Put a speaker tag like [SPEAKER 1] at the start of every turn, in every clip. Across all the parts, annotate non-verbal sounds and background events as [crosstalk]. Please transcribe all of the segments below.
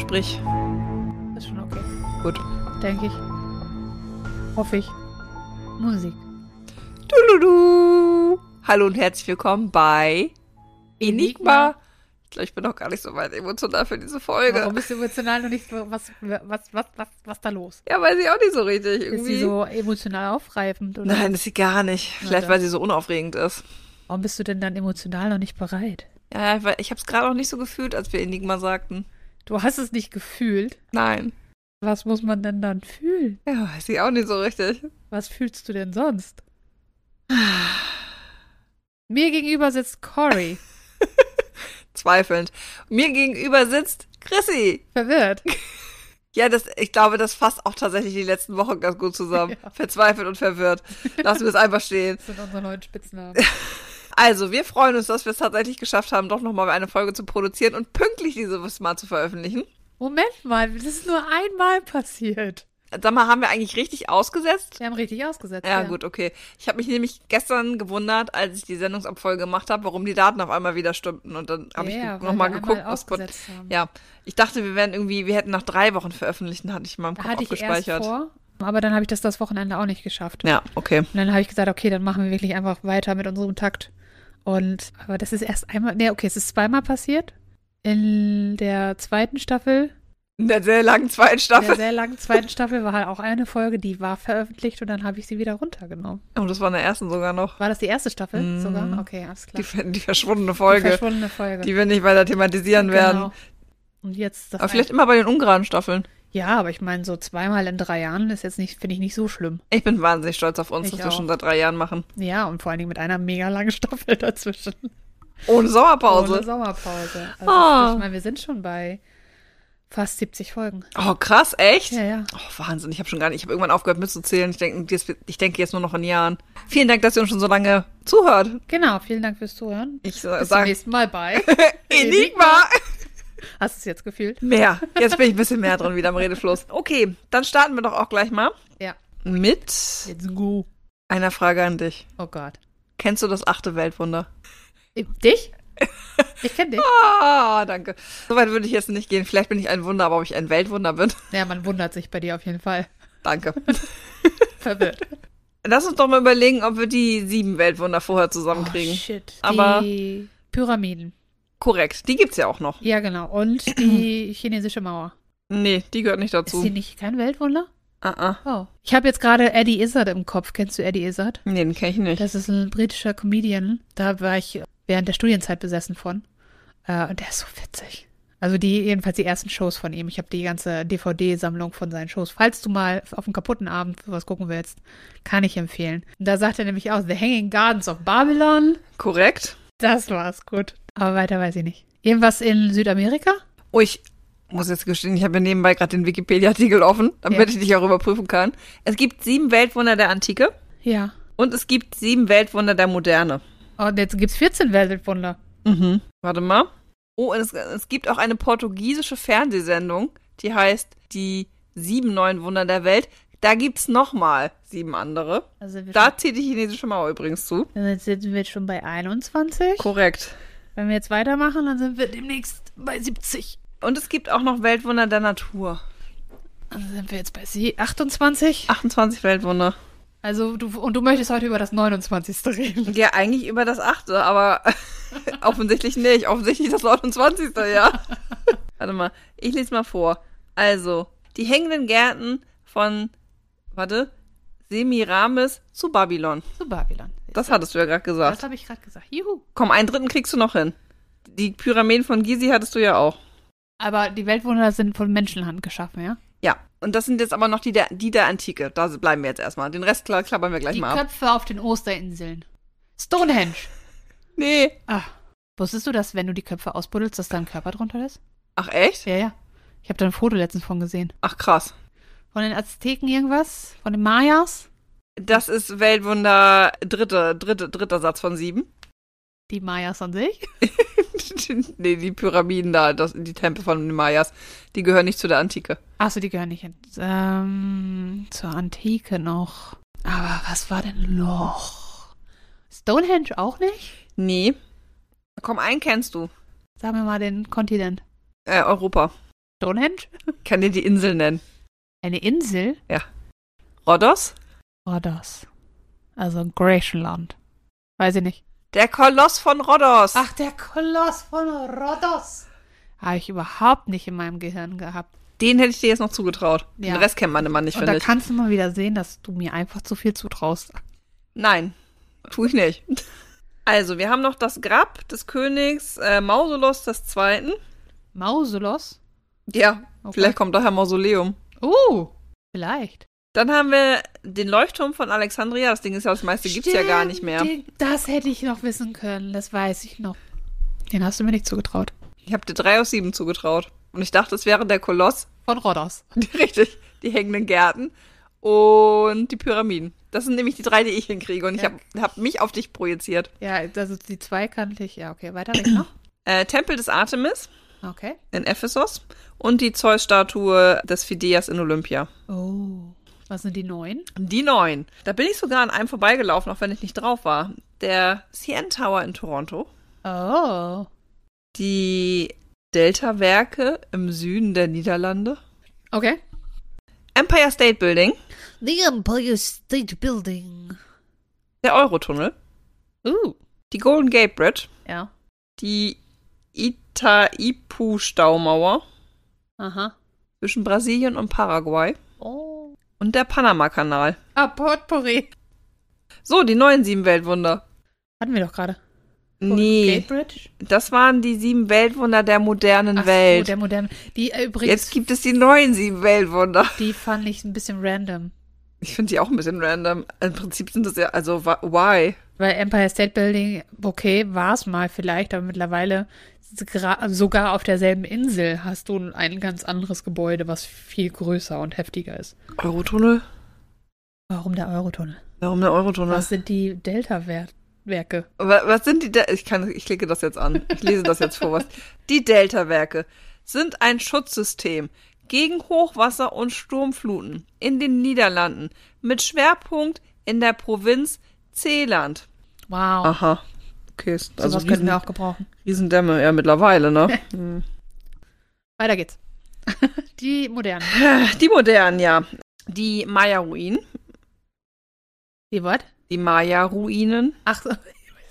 [SPEAKER 1] übrig.
[SPEAKER 2] Ist schon okay.
[SPEAKER 1] Gut.
[SPEAKER 2] Denke ich. Hoffe ich. Musik.
[SPEAKER 1] Tududu. Hallo und herzlich willkommen bei Enigma. Ich glaube, ich bin noch gar nicht so weit emotional für diese Folge.
[SPEAKER 2] Warum bist du emotional noch nicht so, was, was, was, was, was da los?
[SPEAKER 1] Ja, weiß ich auch nicht so richtig.
[SPEAKER 2] Ist
[SPEAKER 1] Irgendwie.
[SPEAKER 2] sie so emotional aufreifend? Oder?
[SPEAKER 1] Nein, ist sie gar nicht.
[SPEAKER 2] Na
[SPEAKER 1] Vielleicht,
[SPEAKER 2] dann.
[SPEAKER 1] weil sie so unaufregend ist.
[SPEAKER 2] Warum bist du denn dann emotional noch nicht bereit?
[SPEAKER 1] Ja, weil ich habe es gerade noch nicht so gefühlt, als wir Enigma sagten.
[SPEAKER 2] Du hast es nicht gefühlt.
[SPEAKER 1] Nein.
[SPEAKER 2] Was muss man denn dann fühlen?
[SPEAKER 1] Ja, weiß ich auch nicht so richtig.
[SPEAKER 2] Was fühlst du denn sonst? Mir gegenüber
[SPEAKER 1] [laughs]
[SPEAKER 2] sitzt Cory.
[SPEAKER 1] Zweifelnd. Mir gegenüber sitzt Chrissy.
[SPEAKER 2] Verwirrt.
[SPEAKER 1] Ja, das, ich glaube, das fasst auch tatsächlich die letzten Wochen ganz gut zusammen.
[SPEAKER 2] [laughs] Ja.
[SPEAKER 1] Verzweifelt und verwirrt. Lassen wir es einfach stehen.
[SPEAKER 2] Das sind unsere neuen Spitznamen.
[SPEAKER 1] Also, wir freuen uns, dass wir es tatsächlich geschafft haben, doch nochmal eine Folge zu produzieren und pünktlich dieses Mal zu veröffentlichen.
[SPEAKER 2] Moment mal, das ist nur einmal passiert.
[SPEAKER 1] Sag mal, haben wir eigentlich richtig ausgesetzt?
[SPEAKER 2] Wir haben richtig ausgesetzt.
[SPEAKER 1] Ja, gut, okay. Ich habe mich nämlich gestern gewundert, als ich die Sendungsabfolge gemacht habe, warum die Daten auf einmal wieder stimmten. Und dann habe
[SPEAKER 2] ja,
[SPEAKER 1] ich
[SPEAKER 2] weil
[SPEAKER 1] nochmal
[SPEAKER 2] wir
[SPEAKER 1] geguckt,
[SPEAKER 2] einmal
[SPEAKER 1] was Spot
[SPEAKER 2] ausgesetzt haben.
[SPEAKER 1] Ja, ich dachte, wir wären irgendwie, wir hätten nach drei Wochen veröffentlicht, und hatte ich in meinem
[SPEAKER 2] Da
[SPEAKER 1] Kopf
[SPEAKER 2] hatte ich erst
[SPEAKER 1] abgespeichert.
[SPEAKER 2] vor, aber dann habe ich das das Wochenende auch nicht geschafft.
[SPEAKER 1] Ja, okay.
[SPEAKER 2] Und dann habe ich gesagt, okay, dann machen wir wirklich einfach weiter mit unserem Takt. Und aber das ist erst einmal, nee, okay, es ist zweimal passiert. In der zweiten Staffel,
[SPEAKER 1] In der sehr langen zweiten
[SPEAKER 2] der
[SPEAKER 1] Staffel.
[SPEAKER 2] sehr langen zweiten Staffel, war halt auch eine Folge, die war veröffentlicht und dann habe ich sie wieder runtergenommen.
[SPEAKER 1] Oh, das war in der ersten sogar noch.
[SPEAKER 2] War das die erste Staffel
[SPEAKER 1] Mhm.
[SPEAKER 2] sogar? Okay, alles klar.
[SPEAKER 1] Die,
[SPEAKER 2] Die,
[SPEAKER 1] die verschwundene Folge, die,
[SPEAKER 2] verschwundene Genau. Folge.
[SPEAKER 1] wir nicht weiter thematisieren werden.
[SPEAKER 2] Und jetzt das
[SPEAKER 1] Aber vielleicht immer bei den ungeraden Staffeln.
[SPEAKER 2] Ja, aber ich meine, so zweimal in drei Jahren ist jetzt nicht, finde ich nicht so schlimm.
[SPEAKER 1] Ich bin wahnsinnig stolz auf uns,
[SPEAKER 2] Ich
[SPEAKER 1] dass wir
[SPEAKER 2] auch.
[SPEAKER 1] schon seit drei Jahren machen.
[SPEAKER 2] Ja, und vor allen Dingen mit einer mega langen Staffel dazwischen.
[SPEAKER 1] Ohne Sommerpause.
[SPEAKER 2] Ohne Sommerpause. Also,
[SPEAKER 1] Ah.
[SPEAKER 2] Ich meine, wir sind schon bei fast 70 Folgen.
[SPEAKER 1] oh, krass, echt?
[SPEAKER 2] Ja, ja.
[SPEAKER 1] Oh, Wahnsinn, ich habe schon gar nicht, ich habe irgendwann aufgehört mitzuzählen. Ich denke, jetzt- ich denke jetzt nur noch in Jahren. Vielen Dank, dass ihr uns schon so lange zuhört.
[SPEAKER 2] Genau, vielen Dank fürs Zuhören.
[SPEAKER 1] Ich
[SPEAKER 2] Bis zum
[SPEAKER 1] sage
[SPEAKER 2] nächsten Mal
[SPEAKER 1] [laughs]
[SPEAKER 2] bei.
[SPEAKER 1] Enigma!
[SPEAKER 2] Hast du es jetzt gefühlt?
[SPEAKER 1] Mehr. Jetzt bin ich ein bisschen mehr drin wieder im Redefluss. Okay, dann starten wir doch auch gleich mal
[SPEAKER 2] Ja.
[SPEAKER 1] mit
[SPEAKER 2] Let's go.
[SPEAKER 1] einer Frage an dich.
[SPEAKER 2] Oh Gott.
[SPEAKER 1] Kennst du das achte Weltwunder? [laughs]
[SPEAKER 2] Dich? Ich kenne dich.
[SPEAKER 1] Ah, danke. Soweit würde ich jetzt nicht gehen. Vielleicht bin ich ein Wunder, aber ob ich ein Weltwunder bin, [laughs]
[SPEAKER 2] Ja, man wundert sich bei dir auf jeden Fall. [laughs]
[SPEAKER 1] danke. [laughs]
[SPEAKER 2] Verwirrt.
[SPEAKER 1] Lass uns doch mal überlegen, ob wir die sieben Weltwunder vorher
[SPEAKER 2] Oh,
[SPEAKER 1] zusammenkriegen.
[SPEAKER 2] shit.
[SPEAKER 1] Aber-
[SPEAKER 2] die Pyramiden.
[SPEAKER 1] Korrekt. Die gibt's ja auch noch.
[SPEAKER 2] Ja, genau.
[SPEAKER 1] [clears throat]
[SPEAKER 2] Und die chinesische Mauer.
[SPEAKER 1] Nee, die gehört nicht
[SPEAKER 2] Ist die
[SPEAKER 1] dazu.
[SPEAKER 2] nicht kein Weltwunder?
[SPEAKER 1] Ah, ah.
[SPEAKER 2] Oh. Ich habe jetzt gerade Eddie Izzard im Kopf. Kennst du Eddie Izzard?
[SPEAKER 1] Nee, den kenne ich nicht.
[SPEAKER 2] Das ist ein britischer Comedian. Da war ich während der Studienzeit besessen von. Äh, und der ist so witzig. Also die, jedenfalls die ersten Shows von ihm. Ich habe die ganze DVD-Sammlung von seinen Shows. Falls du mal auf einem kaputten Abend was gucken willst, kann ich empfehlen. Und da sagt er nämlich auch The Hanging Gardens of Babylon.
[SPEAKER 1] Korrekt.
[SPEAKER 2] Das war's gut. Aber weiter weiß ich nicht. Irgendwas in Südamerika?
[SPEAKER 1] Oh, ich muss jetzt gestehen, ich habe nebenbei gerade den Wikipedia-Artikel offen, damit
[SPEAKER 2] Ja.
[SPEAKER 1] ich dich auch überprüfen kann. Es gibt sieben Weltwunder der Antike.
[SPEAKER 2] Ja.
[SPEAKER 1] Und es gibt sieben Weltwunder der Moderne.
[SPEAKER 2] Und jetzt gibt's 14 Weltwunder.
[SPEAKER 1] Mhm. Warte mal. Oh, und es, es gibt auch eine portugiesische Fernsehsendung, die heißt Die sieben neuen Wunder der Welt. Da gibt's nochmal sieben andere.
[SPEAKER 2] Also wir
[SPEAKER 1] Da zieht die chinesische Mauer übrigens zu.
[SPEAKER 2] dann sind wir jetzt schon bei 21.
[SPEAKER 1] Korrekt.
[SPEAKER 2] Wenn wir jetzt weitermachen, dann sind wir demnächst bei 70.
[SPEAKER 1] Und es gibt auch noch Weltwunder der Natur.
[SPEAKER 2] Also sind wir jetzt bei sie 28.
[SPEAKER 1] 28 Weltwunder.
[SPEAKER 2] Also du und du möchtest heute über das 29. reden.
[SPEAKER 1] Ja, eigentlich über das achte, aber [laughs] offensichtlich nicht. Offensichtlich das 29.
[SPEAKER 2] [laughs]
[SPEAKER 1] ja. Warte mal, ich lese mal vor. Also, die hängenden Gärten von, warte, Semiramis zu Babylon.
[SPEAKER 2] Zu Babylon.
[SPEAKER 1] Das hattest du ja gerade gesagt.
[SPEAKER 2] das habe ich gerade gesagt. Juhu.
[SPEAKER 1] Komm, einen dritten kriegst du noch hin. Die Pyramiden von Gizi hattest du ja auch.
[SPEAKER 2] Aber die Weltwunder sind von Menschenhand geschaffen, ja?
[SPEAKER 1] Ja, und das sind jetzt aber noch die der, die der Antike. Da bleiben wir jetzt erstmal. Den Rest kla- klappern wir gleich
[SPEAKER 2] die
[SPEAKER 1] mal ab.
[SPEAKER 2] Köpfe auf den Osterinseln. Stonehenge.
[SPEAKER 1] Nee.
[SPEAKER 2] Ah. Wusstest du, dass wenn du die Köpfe ausbuddelst, dass da ein Körper drunter ist?
[SPEAKER 1] Ach echt?
[SPEAKER 2] Ja, ja. Ich habe da ein Foto letztens von gesehen.
[SPEAKER 1] Ach krass.
[SPEAKER 2] Von den Azteken irgendwas? Von den Mayas?
[SPEAKER 1] Das ist Weltwunder dritte, dritte, dritter Satz von sieben. [laughs]
[SPEAKER 2] Die Mayas an sich?
[SPEAKER 1] nee, die Pyramiden da, das, die Tempel von den Mayas, die gehören nicht zu der Antike.
[SPEAKER 2] Achso, die gehören nicht hin. Ähm, zur Antike noch. Aber was war denn noch? Stonehenge auch nicht?
[SPEAKER 1] Nee. Komm, einen kennst du.
[SPEAKER 2] Sagen wir mal den Kontinent.
[SPEAKER 1] Äh, Europa.
[SPEAKER 2] Stonehenge?
[SPEAKER 1] Kann dir die Insel nennen.
[SPEAKER 2] Eine Insel?
[SPEAKER 1] Rhodos?
[SPEAKER 2] Rhodos. Also Griechenland. Weiß ich nicht.
[SPEAKER 1] Der Koloss von Rhodos.
[SPEAKER 2] Ach, der Koloss von Rhodos. Habe ich überhaupt nicht in meinem Gehirn gehabt.
[SPEAKER 1] Den hätte ich dir jetzt noch zugetraut.
[SPEAKER 2] Ja.
[SPEAKER 1] Den Rest kennt man immer nicht,
[SPEAKER 2] Und da
[SPEAKER 1] finde ich.
[SPEAKER 2] kannst du mal wieder sehen, dass du mir einfach zu viel zutraust.
[SPEAKER 1] Nein, tue ich nicht. Also, wir haben noch das Grab des Königs äh, Mausolos II.
[SPEAKER 2] Mausolos?
[SPEAKER 1] Ja,
[SPEAKER 2] Okay.
[SPEAKER 1] vielleicht kommt daher Mausoleum.
[SPEAKER 2] Oh, vielleicht.
[SPEAKER 1] Dann haben wir den Leuchtturm von Alexandria. Das Ding ist ja, das meiste gibt's ja gar nicht mehr.
[SPEAKER 2] Stimmt, den- Das hätte ich noch wissen können, das weiß ich noch. Den hast du mir nicht zugetraut.
[SPEAKER 1] Ich habe dir drei aus sieben zugetraut. Und ich dachte, es wäre der Koloss. [laughs]
[SPEAKER 2] Von Rhodos.
[SPEAKER 1] Richtig, die hängenden Gärten und die Pyramiden. Das sind nämlich die drei, die ich hinkriege. Und ich
[SPEAKER 2] Ja.
[SPEAKER 1] habe hab mich auf dich projiziert.
[SPEAKER 2] Ja, also die zweikantlich. Ja, okay, weiter weg
[SPEAKER 1] [clears throat]
[SPEAKER 2] noch.
[SPEAKER 1] Äh, Tempel des Artemis
[SPEAKER 2] Okay.
[SPEAKER 1] in Ephesos und die Zeus-Statue des Phidias in Olympia.
[SPEAKER 2] Oh. Was sind die neuen?
[SPEAKER 1] Die neun. Da bin ich sogar an einem vorbeigelaufen, auch wenn ich nicht drauf war. Der CN Tower in Toronto.
[SPEAKER 2] Oh.
[SPEAKER 1] Die Delta-Werke im Süden der Niederlande.
[SPEAKER 2] Okay.
[SPEAKER 1] Empire State Building.
[SPEAKER 2] The Empire State Building.
[SPEAKER 1] Der Eurotunnel.
[SPEAKER 2] Uh.
[SPEAKER 1] Die Golden Gate Bridge.
[SPEAKER 2] Ja.
[SPEAKER 1] Die Itaipu-Staumauer.
[SPEAKER 2] Aha.
[SPEAKER 1] zwischen Brasilien und Paraguay
[SPEAKER 2] Oh.
[SPEAKER 1] und der Panama-Kanal.
[SPEAKER 2] Ah, Potpourri.
[SPEAKER 1] So, die neuen sieben Weltwunder.
[SPEAKER 2] Hatten wir doch gerade.
[SPEAKER 1] Nee,
[SPEAKER 2] Gate Bridge?
[SPEAKER 1] das waren die sieben Weltwunder der modernen
[SPEAKER 2] Ach So,
[SPEAKER 1] Welt.
[SPEAKER 2] der moderne. Die äh, übrigens,
[SPEAKER 1] Jetzt gibt es die neuen sieben Weltwunder.
[SPEAKER 2] die fand ich ein bisschen random.
[SPEAKER 1] Ich finde sie auch ein bisschen random. Im Prinzip sind das ja, also, wa- why?
[SPEAKER 2] Weil Empire State Building, okay, war es mal vielleicht, aber mittlerweile gra- sogar auf derselben Insel hast du ein ganz anderes Gebäude, was viel größer und heftiger ist.
[SPEAKER 1] Eurotunnel?
[SPEAKER 2] Warum der Eurotunnel?
[SPEAKER 1] Warum der Eurotunnel?
[SPEAKER 2] Was
[SPEAKER 1] Was,
[SPEAKER 2] sind die Delta-Werke?
[SPEAKER 1] was sind die, De ich kann, ich klicke das jetzt an. Ich lese das jetzt vor. Was. Die Delta-Werke sind ein Schutzsystem gegen Hochwasser und Sturmfluten in den Niederlanden mit Schwerpunkt in der Provinz Zeeland.
[SPEAKER 2] Wow,
[SPEAKER 1] Aha. Okay, ist
[SPEAKER 2] sowas
[SPEAKER 1] Ah, also
[SPEAKER 2] könnten
[SPEAKER 1] Riesen,
[SPEAKER 2] wir auch gebrauchen.
[SPEAKER 1] Riesendämme, ja, mittlerweile, ne?
[SPEAKER 2] Weiter geht's. [laughs] die modernen.
[SPEAKER 1] [laughs] die modernen, ja. Die Maya-Ruinen.
[SPEAKER 2] Die what?
[SPEAKER 1] Die Maya-Ruinen.
[SPEAKER 2] Ach, so, [laughs] weißt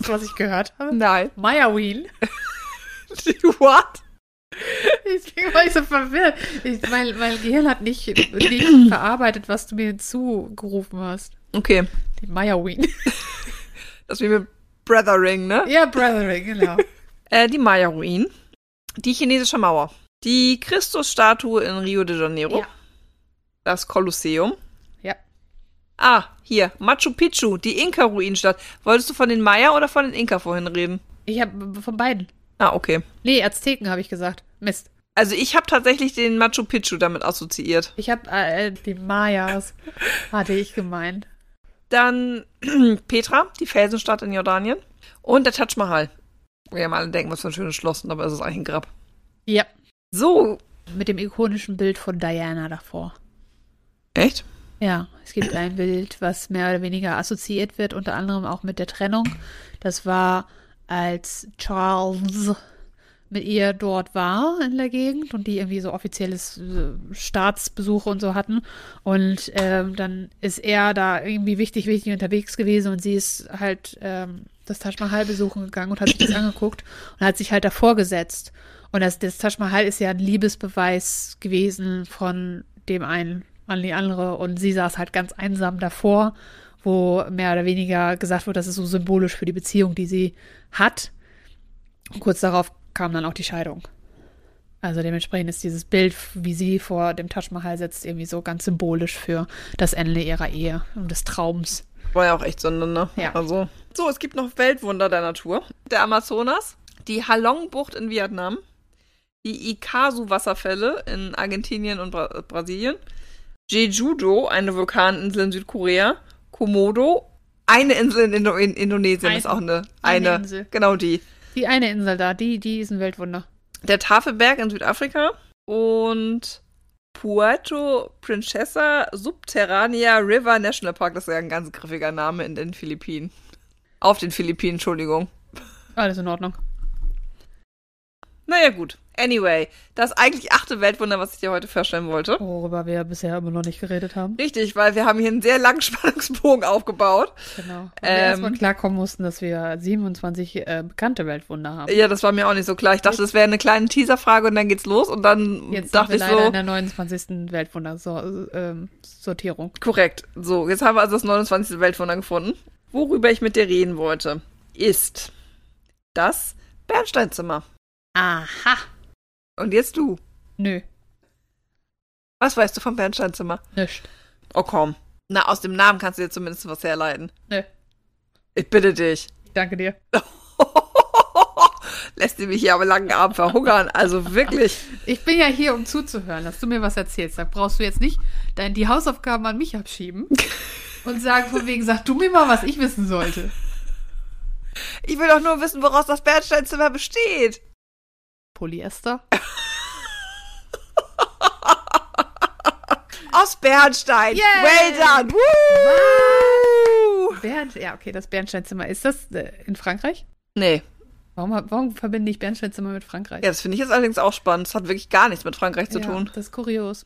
[SPEAKER 2] du, was ich gehört habe?
[SPEAKER 1] Nein.
[SPEAKER 2] Maya Wheel.
[SPEAKER 1] Die [laughs] what?
[SPEAKER 2] [laughs] Ich bin immer so verwirrt. Ich, mein, mein Gehirn hat nicht, [coughs] nicht verarbeitet, was du mir hinzugerufen hast.
[SPEAKER 1] Okay,
[SPEAKER 2] Die Maya Wheel.
[SPEAKER 1] das ist wie mit Brethering, ne?
[SPEAKER 2] Ja, Brothering, genau.
[SPEAKER 1] Äh, die Maya-Ruinen. Die chinesische Mauer. Die Christusstatue in Rio de Janeiro.
[SPEAKER 2] Ja.
[SPEAKER 1] Das Kolosseum.
[SPEAKER 2] Ja.
[SPEAKER 1] Ah, hier, Machu Picchu, die Inka-Ruinenstadt. Wolltest du von den Maya oder von den Inka vorhin reden?
[SPEAKER 2] Ich habe von beiden.
[SPEAKER 1] Ah, okay.
[SPEAKER 2] Nee, Azteken habe ich gesagt. Mist.
[SPEAKER 1] Also ich habe tatsächlich den Machu Picchu damit assoziiert.
[SPEAKER 2] Ich habe äh, äh, die Mayas, hatte ich gemeint.
[SPEAKER 1] Dann [clears throat] Petra, die Felsenstadt in Jordanien. Und der Taj Mahal. Wo ja mal alle denken, was für ein schönes Schloss, und dabei ist es eigentlich ein Grab.
[SPEAKER 2] Ja.
[SPEAKER 1] So.
[SPEAKER 2] Mit dem ikonischen Bild von Diana davor.
[SPEAKER 1] Echt?
[SPEAKER 2] Ja, es gibt ein Bild, was mehr oder weniger assoziiert wird, unter anderem auch mit der Trennung. Das war, als Charles mit ihr dort war in der Gegend und die irgendwie so offizielles äh, Staatsbesuche und so hatten. Und ähm, dann ist er da irgendwie wichtig, wichtig unterwegs gewesen und sie ist halt ähm, das Taj Mahal besuchen gegangen und hat sich das angeguckt und hat sich halt davor gesetzt. Und das, das Taj Mahal ist ja ein Liebesbeweis gewesen von dem einen an die andere und sie saß halt ganz einsam davor, wo mehr oder weniger gesagt wird, das ist so symbolisch für die Beziehung, die sie hat. Und kurz darauf kam dann auch die Scheidung. Also dementsprechend ist dieses Bild, wie sie vor dem Taj Mahal sitzt, irgendwie so ganz symbolisch für das Ende ihrer Ehe und des Traums.
[SPEAKER 1] War ja auch echt Sünde, ne?
[SPEAKER 2] Ja.
[SPEAKER 1] Also. So, es gibt noch Weltwunder der Natur. Der Amazonas, die Halong-Bucht in Vietnam, die Ikazu-Wasserfälle in Argentinien und Bra Brasilien, Jeju-do, eine Vulkaninsel in Südkorea, Komodo, eine Insel in, Indo in Indonesien
[SPEAKER 2] Eine-
[SPEAKER 1] ist auch eine,
[SPEAKER 2] eine
[SPEAKER 1] eine,
[SPEAKER 2] Insel.
[SPEAKER 1] Genau die.
[SPEAKER 2] Die eine Insel da, die, die ist ein Weltwunder.
[SPEAKER 1] der Tafelberg in Südafrika und Puerto Princesa Subterranea River National Park. Das ist ja ein ganz griffiger Name in den Philippinen. Auf den Philippinen, Entschuldigung.
[SPEAKER 2] Alles in Ordnung.
[SPEAKER 1] Naja, gut. Anyway, das eigentlich achte Weltwunder, was ich dir heute vorstellen wollte.
[SPEAKER 2] Worüber wir bisher immer noch nicht geredet haben.
[SPEAKER 1] Richtig, weil wir haben hier einen sehr langen [laughs] Spannungsbogen aufgebaut.
[SPEAKER 2] Genau. Weil wir
[SPEAKER 1] Ähm.
[SPEAKER 2] erstmal klarkommen mussten, dass wir 27 äh, bekannte Weltwunder haben.
[SPEAKER 1] Ja, das war mir auch nicht so klar. Ich dachte, es wäre eine kleine Teaserfrage und dann geht's los und dann
[SPEAKER 2] Jetzt
[SPEAKER 1] dachte
[SPEAKER 2] sind
[SPEAKER 1] ich
[SPEAKER 2] wir leider
[SPEAKER 1] so.
[SPEAKER 2] in der 29. ähm, Weltwunder-Sortierung.
[SPEAKER 1] Korrekt. So, jetzt haben wir also das 29. Weltwunder gefunden. Worüber ich mit dir reden wollte, ist das Bernsteinzimmer.
[SPEAKER 2] Aha.
[SPEAKER 1] Und jetzt du.
[SPEAKER 2] Nö,
[SPEAKER 1] Was weißt du vom Bernsteinzimmer?
[SPEAKER 2] nicht.
[SPEAKER 1] Oh komm. Na, aus dem Namen kannst du dir zumindest was herleiten.
[SPEAKER 2] Nö.
[SPEAKER 1] Ich bitte dich. [laughs]
[SPEAKER 2] Ich danke dir.
[SPEAKER 1] Lässt du mich hier am langen Abend verhungern. Also wirklich.
[SPEAKER 2] Ich bin ja hier, um zuzuhören, dass du mir was erzählst. Da brauchst du jetzt nicht dein, die Hausaufgaben an
[SPEAKER 1] [laughs]
[SPEAKER 2] mich abschieben und sagen von wegen, sag du mir mal, was ich wissen sollte.
[SPEAKER 1] Ich will doch nur wissen, woraus das Bernsteinzimmer besteht.
[SPEAKER 2] Polyester?
[SPEAKER 1] Aus Bernstein.
[SPEAKER 2] Yay.
[SPEAKER 1] Well done. Woo!
[SPEAKER 2] Bernd, ja, okay, das Bernsteinzimmer. Ist das äh, in Frankreich?
[SPEAKER 1] Nee,
[SPEAKER 2] Warum, hab- warum verbinde ich Bernsteinzimmer mit Frankreich?
[SPEAKER 1] ja, das finde ich jetzt allerdings auch spannend. Das hat wirklich gar nichts mit Frankreich zu tun.
[SPEAKER 2] Das ist kurios.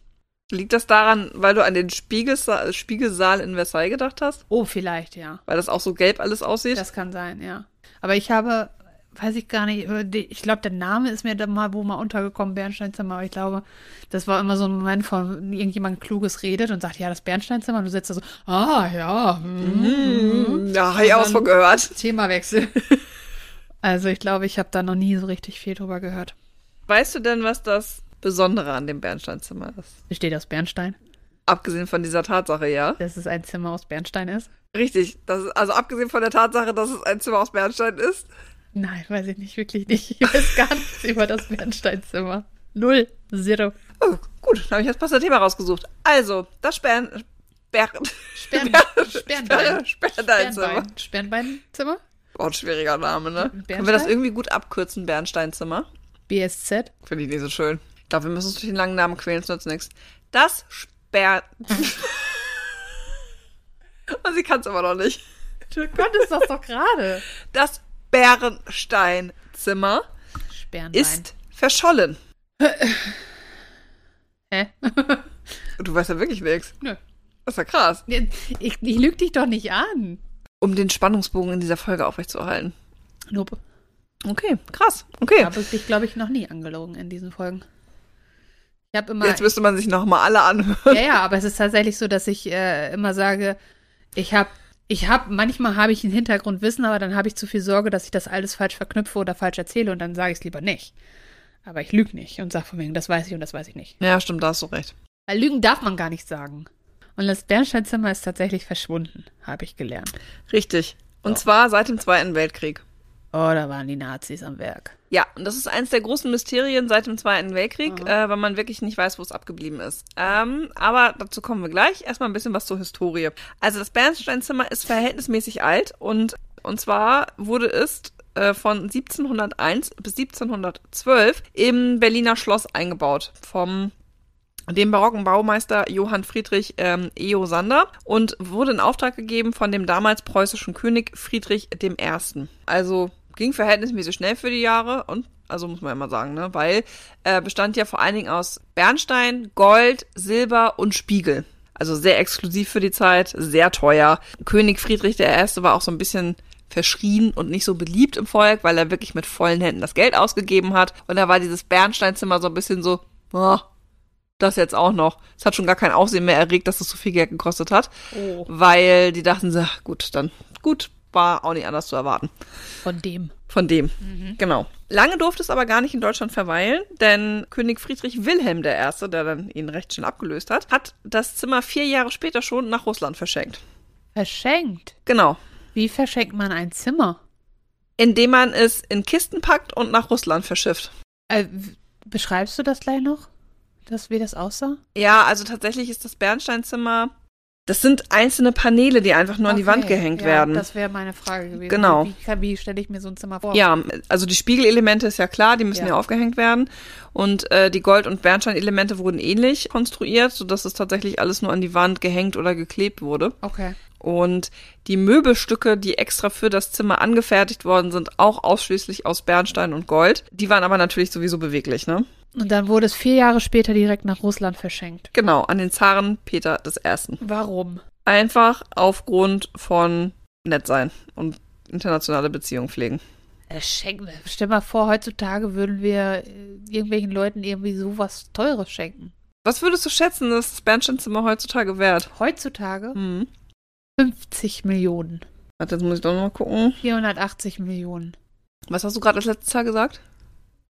[SPEAKER 1] Liegt das daran, weil du an den Spiegelsa Spiegelsaal in Versailles gedacht hast?
[SPEAKER 2] Oh, vielleicht, ja.
[SPEAKER 1] Weil das auch so gelb alles aussieht?
[SPEAKER 2] Das kann sein, ja. Aber ich habe, weiß ich gar nicht, äh, die- ich glaube, der Name ist mir da mal wo mal untergekommen, Bernsteinzimmer, aber ich glaube, das war immer so ein Moment, von irgendjemand Kluges redet und sagt, ja, das Bernsteinzimmer, und du sitzt da so, ah, ja, mhm.
[SPEAKER 1] Hm, ja, habe ich auch was von gehört.
[SPEAKER 2] Themawechsel. Also ich glaube, ich habe da noch nie so richtig viel drüber gehört.
[SPEAKER 1] Weißt du denn, was das Besondere an dem Bernsteinzimmer ist?
[SPEAKER 2] Besteht aus Bernstein,
[SPEAKER 1] Abgesehen von dieser Tatsache, ja.
[SPEAKER 2] dass es ein Zimmer aus Bernstein ist?
[SPEAKER 1] Richtig. Das ist, also abgesehen von der Tatsache, dass es ein Zimmer aus Bernstein ist.
[SPEAKER 2] Nein, weiß ich nicht, wirklich nicht. Ich weiß gar nichts über das Bernsteinzimmer. Null, zero.
[SPEAKER 1] Oh, gut, dann habe ich das passende Thema rausgesucht. Also, das Sperren... Sperren...
[SPEAKER 2] Sperren-
[SPEAKER 1] [laughs] Sperren...
[SPEAKER 2] Sperrenbein.
[SPEAKER 1] Sperrenbeinzimmer.
[SPEAKER 2] Bernbein. Sperrenbeinzimmer?
[SPEAKER 1] Oh, ein schwieriger Name, ne? Können wir
[SPEAKER 2] Bernstein?
[SPEAKER 1] das irgendwie gut abkürzen, Bernsteinzimmer?
[SPEAKER 2] BSZ?
[SPEAKER 1] Finde ich nicht so schön. Ich glaube, wir müssen uns durch den langen Namen quälen, es nützt nichts. Das Sperr. [laughs] Und sie kann es aber noch nicht.
[SPEAKER 2] Du konntest das doch gerade.
[SPEAKER 1] Das Bernsteinzimmer
[SPEAKER 2] Sperrenbein.
[SPEAKER 1] ist verschollen.
[SPEAKER 2] Hä? [laughs]
[SPEAKER 1] Du weißt ja wirklich nichts.
[SPEAKER 2] Nö.
[SPEAKER 1] Das ist ja krass.
[SPEAKER 2] Ich, ich lüg dich doch nicht an.
[SPEAKER 1] Um den Spannungsbogen in dieser Folge aufrechtzuerhalten.
[SPEAKER 2] Nope.
[SPEAKER 1] Okay, krass. Okay.
[SPEAKER 2] Habe ich dich, glaube ich, noch nie angelogen in diesen Folgen. Ich habe immer.
[SPEAKER 1] Jetzt müsste man sich nochmal alle anhören.
[SPEAKER 2] ja, ja, aber es ist tatsächlich so, dass ich äh, immer sage, ich habe. Ich habe, manchmal habe ich ein Hintergrundwissen, aber dann habe ich zu viel Sorge, dass ich das alles falsch verknüpfe oder falsch erzähle und dann sage ich es lieber nicht. Aber ich lüge nicht und sage von wegen, das weiß ich und das weiß ich nicht.
[SPEAKER 1] Ja, stimmt, da hast du recht.
[SPEAKER 2] Weil Lügen darf man gar nicht sagen. Und das Bernsteinzimmer ist tatsächlich verschwunden, habe ich gelernt.
[SPEAKER 1] Richtig. Und
[SPEAKER 2] So.
[SPEAKER 1] zwar seit dem Zweiten Weltkrieg.
[SPEAKER 2] Oh, da waren die Nazis am Werk.
[SPEAKER 1] Ja, und das ist eins der großen Mysterien seit dem Zweiten Weltkrieg, äh, weil man wirklich nicht weiß, wo es abgeblieben ist. Ähm, aber dazu kommen wir gleich. Erstmal ein bisschen was zur Historie. Also das Bernsteinzimmer ist verhältnismäßig alt und, und zwar wurde es äh, von 1701 bis 1712 im Berliner Schloss eingebaut vom dem barocken Baumeister Johann Friedrich ähm, Eosander und wurde in Auftrag gegeben von dem damals preußischen König Friedrich I. Also ging verhältnismäßig schnell für die Jahre und also muss man immer sagen, ne? weil äh, bestand ja vor allen Dingen aus Bernstein, Gold, Silber und Spiegel. Also sehr exklusiv für die Zeit, sehr teuer. König Friedrich I. war auch so ein bisschen verschrien und nicht so beliebt im Volk, weil er wirklich mit vollen Händen das Geld ausgegeben hat. Und da war dieses Bernsteinzimmer so ein bisschen so, ah, das jetzt auch noch. Es hat schon gar kein Aufsehen mehr erregt, dass das so viel Geld gekostet hat,
[SPEAKER 2] Oh.
[SPEAKER 1] weil die dachten, so, ach, gut, dann gut, war auch nicht anders zu erwarten.
[SPEAKER 2] Von dem.
[SPEAKER 1] Von dem.
[SPEAKER 2] Mhm.
[SPEAKER 1] Genau. Lange durfte es aber gar nicht in Deutschland verweilen, denn König Friedrich Wilhelm I., der dann ihn recht schnell abgelöst hat, hat das Zimmer vier Jahre später schon nach Russland verschenkt.
[SPEAKER 2] Verschenkt.
[SPEAKER 1] Genau.
[SPEAKER 2] Wie verschenkt man ein Zimmer?
[SPEAKER 1] Indem man es in Kisten packt und nach Russland verschifft.
[SPEAKER 2] Äh, w- beschreibst du das gleich noch? Das, wie das aussah?
[SPEAKER 1] Ja, also tatsächlich ist das Bernsteinzimmer Das sind einzelne Paneele, die einfach nur an die
[SPEAKER 2] Okay,
[SPEAKER 1] Wand gehängt
[SPEAKER 2] ja,
[SPEAKER 1] werden.
[SPEAKER 2] Das wäre meine Frage gewesen.
[SPEAKER 1] Genau.
[SPEAKER 2] Wie, wie, wie stelle ich mir so ein Zimmer vor?
[SPEAKER 1] Ja, also die Spiegelelemente ist ja klar, die müssen ja,
[SPEAKER 2] Ja.
[SPEAKER 1] aufgehängt werden. Und äh, die Gold- und Bernsteinelemente wurden ähnlich konstruiert, sodass es tatsächlich alles nur an die Wand gehängt oder geklebt wurde.
[SPEAKER 2] Okay.
[SPEAKER 1] Und die Möbelstücke, die extra für das Zimmer angefertigt worden sind, auch ausschließlich aus Bernstein und Gold. Die waren aber natürlich sowieso beweglich, ne?
[SPEAKER 2] Und dann wurde es vier Jahre später direkt nach Russland verschenkt.
[SPEAKER 1] Genau, an den Zaren Peter I.
[SPEAKER 2] Warum?
[SPEAKER 1] Einfach aufgrund von nett sein und internationale Beziehungen pflegen.
[SPEAKER 2] Äh, Schenken. Stell mal vor, heutzutage würden wir äh, irgendwelchen Leuten irgendwie sowas Teures schenken.
[SPEAKER 1] Was würdest du schätzen, ist das Bernsteinzimmer heutzutage wert?
[SPEAKER 2] Heutzutage
[SPEAKER 1] Hm.
[SPEAKER 2] 50 Millionen.
[SPEAKER 1] Warte, jetzt muss ich doch noch mal gucken.
[SPEAKER 2] 480 Millionen.
[SPEAKER 1] Was hast du gerade als letztes Jahr gesagt?